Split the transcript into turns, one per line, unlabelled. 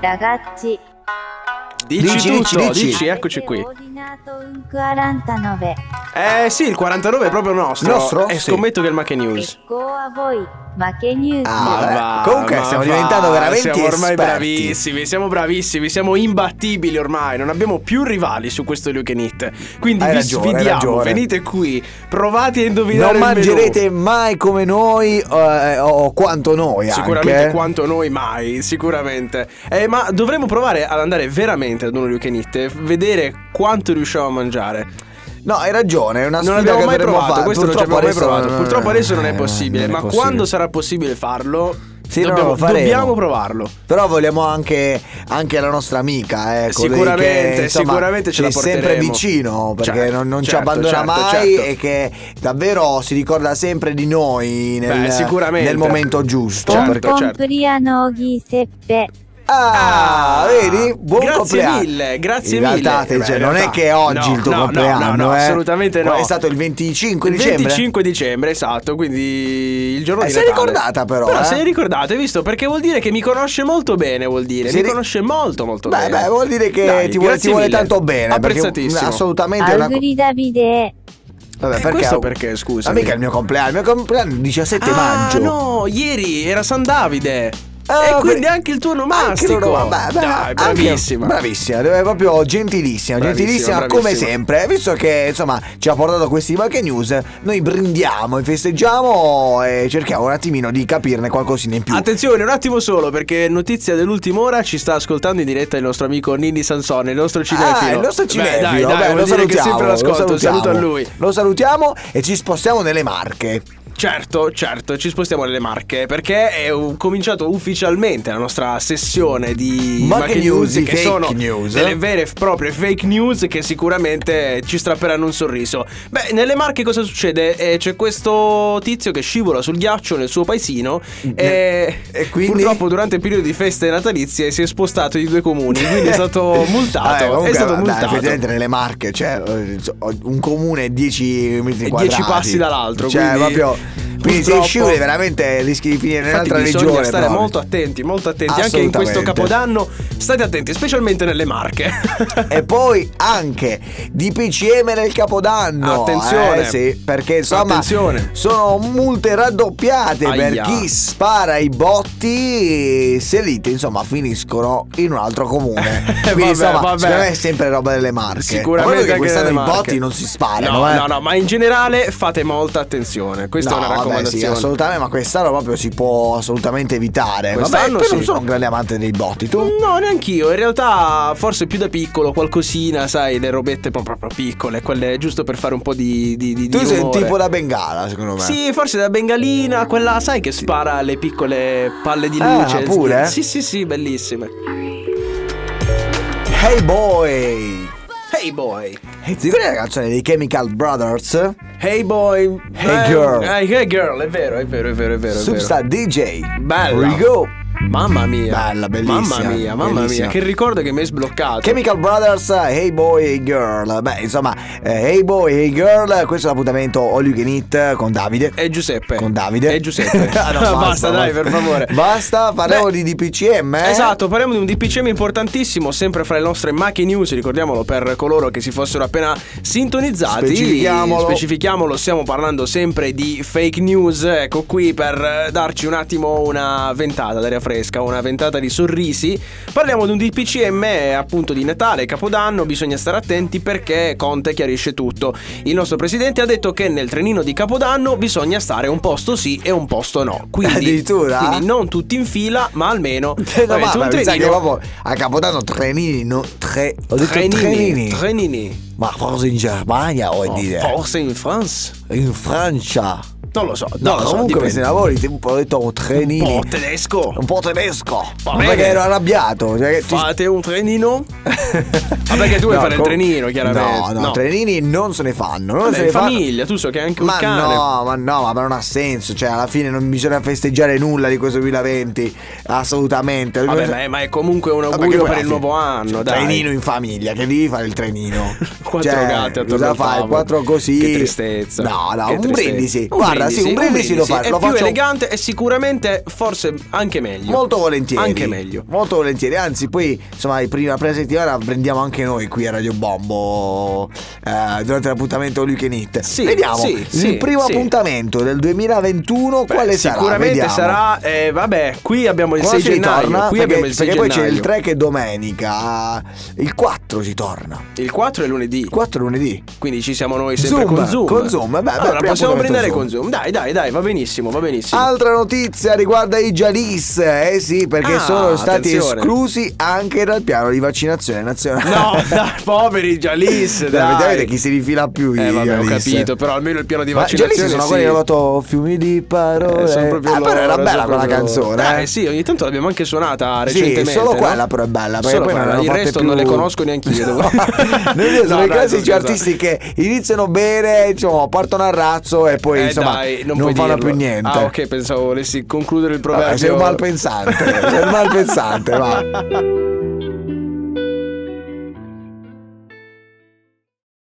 Ragazzi,
Dici,
Dici,
tutto,
dici,
dici,
dici.
avete
eccoci qui.
ordinato un 49.
Eh sì, il 49 è proprio nostro.
Nostro?
E
Sì.
scommetto che è il Mache News.
Ecco a voi, ma che news?
Ah, vabbè.
va,
Comunque
ma
stiamo
va,
diventando veramente
Siamo ormai
esperti.
bravissimi, siamo bravissimi, siamo imbattibili ormai, non abbiamo più rivali su questo Luke It. Quindi
Hai
vi
ragione, hai
sfidiamo,
ragione.
venite qui, provate a indovinare
Non
il menù.
mangerete mai come noi eh, o, o quanto noi
Sicuramente
anche.
quanto noi mai, sicuramente. Eh, ma dovremmo provare ad andare veramente ad uno Luke It, vedere quanto riusciamo a mangiare.
No, hai ragione, è una
non
sfida
abbiamo
che
mai
dovremmo
provato,
fare.
questo non ci
Purtroppo
abbiamo mai
adesso
provato. Purtroppo adesso non è
eh,
possibile,
non è
ma
possibile.
quando sarà possibile farlo,
Sì, no,
dobbiamo,
lo faremo.
dobbiamo provarlo.
Però vogliamo anche, anche la nostra amica, eh, colei
Sicuramente,
che, insomma,
sicuramente ce
ci
la
è sempre
porteremo.
vicino perché
Certo,
non, non ci
certo,
abbandona
certo,
mai
certo.
e che davvero si ricorda sempre di noi nel,
Beh, sicuramente.
nel momento giusto.
Certo,
Buon
perché-
certo.
compleanno Giuseppe.
Ah, vedi? Buon
grazie
compleanno.
mille, grazie
In realtà,
mille.
te-
Beh,
cioè,
in
non
realtà-
è che è oggi
no,
il tuo
no, no,
compleanno,
no, no,
eh.
assolutamente no.
È stato il 25
Il
dicembre.
25 dicembre, esatto, quindi il giorno
Eh,
di
si è
Natale.
ricordata però,
Però
eh.
se l'è ricordata, hai visto? Perché vuol dire che mi conosce molto bene, vuol dire.
Si
mi
ri-
conosce molto molto
Beh,
bene.
beh, vuol dire che
Dai,
ti vuole, ti
grazie
vuole
mille.
tanto bene. perché
Apprezzatissimo.
Assolutamente è una co-
Auguri Davide.
Vabbè,
Eh,
perché?
questo perché, scusa?
Ma mica è il mio compleanno, il mio compleanno è il 17
ah,
maggio.
No, ieri era San Davide.
Ah,
e quindi
per-
anche il tuo
Anche
nomastico.
loro, vabbè, beh,
Dai,
anche-
bravissima.
bravissima, è proprio gentilissima,
Bravissima,
gentilissima come
bravissima.
sempre. Visto che insomma ci ha portato questi Marche News, noi brindiamo e festeggiamo e cerchiamo un attimino di capirne qualcosina in più.
Attenzione, un attimo solo, perché notizia dell'ultima ora ci sta ascoltando in diretta il nostro amico Nini Sansone, il nostro cinefilo.
Ah, il nostro
Beh,
cinefilo,
dai, dai,
vabbè,
vuol
lo
dire
salutiamo,
che sempre l'ascolto,
lo
un
salutiamo,
saluto a lui.
Lo salutiamo e ci spostiamo nelle Marche.
Certo, certo, ci spostiamo nelle marche perché è u- cominciato ufficialmente la nostra sessione di
Marche news,
che
fake
sono
news.
delle vere e proprie fake news che sicuramente ci strapperanno un sorriso. Beh, nelle marche cosa succede? Eh, c'è questo tizio che scivola sul ghiaccio nel suo paesino e,
Mm, eh, e quindi?
purtroppo durante il periodo di feste natalizie si è spostato di due comuni, quindi è stato multato,
Vabbè, Eh. Ah, ecco, comunque,
è stato
dai,
multato.
effettivamente nelle Marche, cioè, eh, un comune è 10 metri
E
quadrati.
10 passi dall'altro,
Cioè,
quindi,
proprio. Quindi se
purtroppo-
scivoli veramente rischi di finire
Infatti
in un'altra
bisogna
regione.
stare
proprio.
molto attenti, molto attenti anche in questo
Assolutamente.
capodanno. State attenti, specialmente nelle marche.
E poi anche di PCM nel Capodanno.
Attenzione.
eh, sì, perché insomma
Attenzione.
sono multe raddoppiate per
Aia.
chi spara i botti se lite insomma finiscono in un altro comune. Quindi
Vabbè,
insomma,
vabbè.
secondo me è sempre roba delle marche.
Sicuramente
A meno che
anche
quest'anno
nelle
i
Marche.
botti non si sparano,
No,
eh.
no, no, ma in generale fate molta attenzione. Questa
No,
è una
vabbè,
raccomandazione.
sì, assolutamente, ma quest'anno proprio si può assolutamente evitare. Vabbè,
Quest'anno
io non
sì.
sono un grande amante dei botti, tu?
No, neanch'io. In realtà, forse più da piccolo, qualcosina, sai, le robette proprio proprio piccole, quelle giusto per fare un po' di. di, di- di
Tu sei un
rumore.
tipo da bengala, secondo me.
Sì, forse da bengalina, quella, sai, che spara le piccole palle di
Ah,
luce.
pure?
Sì, sì, sì, bellissime.
Hey boy!
Hey boy.
Ti ricordi la canzone dei Chemical Brothers?
Hey boy.
Hey
Eh,
girl.
eh, Hey, girl, è vero, è vero, è vero, è vero. è vero.
Substa DJ.
Bella.
Here we go.
Mamma mia.
Bella, bellissima,
Mamma mia, mamma
bellissima.
mia. Che ricordo che mi hai sbloccato.
Chemical Brothers, Hey Boy, Hey Girl. Beh, insomma, eh, Hey Boy, Hey Girl. Questo è l'appuntamento All You Can Eat eh, con Davide.
E Giuseppe.
Con Davide.
E Giuseppe.
Ah, no,
basta, dai, per favore.
Basta, parliamo
Beh,
di DPCM. eh?
Esatto, parliamo di un DPCM importantissimo, sempre fra le nostre Mache News, ricordiamolo per coloro che si fossero appena sintonizzati.
Specifichiamolo.
Specifichiamolo, stiamo parlando sempre di fake news, ecco qui per eh, darci un attimo una ventata d'aria fresca, una ventata di sorrisi. Parliamo di un DPCM eh, appunto di Natale, Capodanno, bisogna stare attenti perché Conte chiarisce tutto. Il nostro presidente ha detto che nel trenino di Capodanno bisogna stare un posto sì e un posto no. Quindi,
Addirittura?
quindi non tutti in fila, ma almeno
Eh, no,
Vabbè, tu
ma
un
mi sa che
trenino-
proprio a Capodanno trenini, no, tre, ho detto trenini,
trenini, trenini.
ma forse in Germania vuoi
Oh,
dire,
Forse in France?
in Francia,
Non lo so.
no,
non lo so,
comunque
dipende.
questi lavori tipo ho detto trenini,
Un po' tedesco.
un po' tedesco,
Va
Ma
bene.
perché ero arrabbiato, cioè che ti-
Fate un trenino? Ma Ah, perché tu vuoi
No,
fare
com-
il trenino, chiaramente.
no, no, trenini non se ne fanno, non
Vabbè,
se
in
ne fanno,
famiglia, tu so che hai anche un
ma
cane.
no, ma no, ma non ha senso, cioè alla fine non bisogna festeggiare nulla di questo 2020, assolutamente,
Vabbè, ma è, ma è comunque un
Vabbè,
augurio
che poi
per
alla
il
fine- Cioè,
nuovo anno, dai.
Trenino in famiglia, che devi fare il trenino?
Quattro
Cioè,
gatti attorno
cosa
al
fai?
tavolo.
Quattro così.
Che tristezza.
No, no,
Che
un
tristezza.
brindisi.
Un
Guarda, sì, un brindisi lo fa-
È
lo
più
faccio-
elegante e sicuramente forse anche meglio.
Molto volentieri.
Anche meglio.
Molto volentieri. Anzi, poi, insomma, i primi- la prima settimana prendiamo anche noi qui a Radio Bombo eh, durante l'appuntamento All You Can Eat.
Sì,
Vediamo
sì,
il
sì,
primo
sì.
appuntamento del 2021
Beh,
quale sarà?
sicuramente
Vediamo.
sarà, eh, vabbè, qui abbiamo il
Quando
6
si
gennaio.
ritorna?
qui
perché,
abbiamo il 6
perché poi
gennaio.
c'è il 3 che è domenica, il 4 si torna.
Il 4 è lunedì.
Il 4 è lunedì.
Quindi ci siamo noi sempre
Zoom,
con Zoom.
con Zoom, beh, beh,
allora
prima
possiamo prendere
appuntamento Zoom.
con Zoom. Dai, dai, dai, va benissimo, va benissimo.
Altra notizia riguarda i Jalis, eh sì, perché
Ah,
sono stati
attenzione.
esclusi anche dal piano di vaccinazione nazionale.
No, dai, poveri Jalis,
Dai,
dai.
Vedete chi si rifila più i
Eh vabbè, ho
Jalis.
capito, però almeno il piano di
Ma Jalis
vaccinazione
sono
sì.
quelli che hanno fatto fiumi di parole.
Eh, sono
ah,
proprio
però
loro,
era bella
sono
quella
proprio-
canzone.
Eh sì, ogni tanto l'abbiamo anche suonata
Sì,
recentemente.
solo
no?
quella però è bella, perché
Solo
poi
quella,
non
il resto non le conosco neanche io.
No, nel senso,
No,
nei
no,
casi
no,
c'è
scusa.
artisti che iniziano bene, diciamo, partono al razzo e poi
Eh,
insomma
dai,
non,
puoi
fanno
dirlo.
più niente.
Ah, ok, pensavo volessi concludere il proverbio.
Vabbè, sei un malpensante, sei un malpensante, va.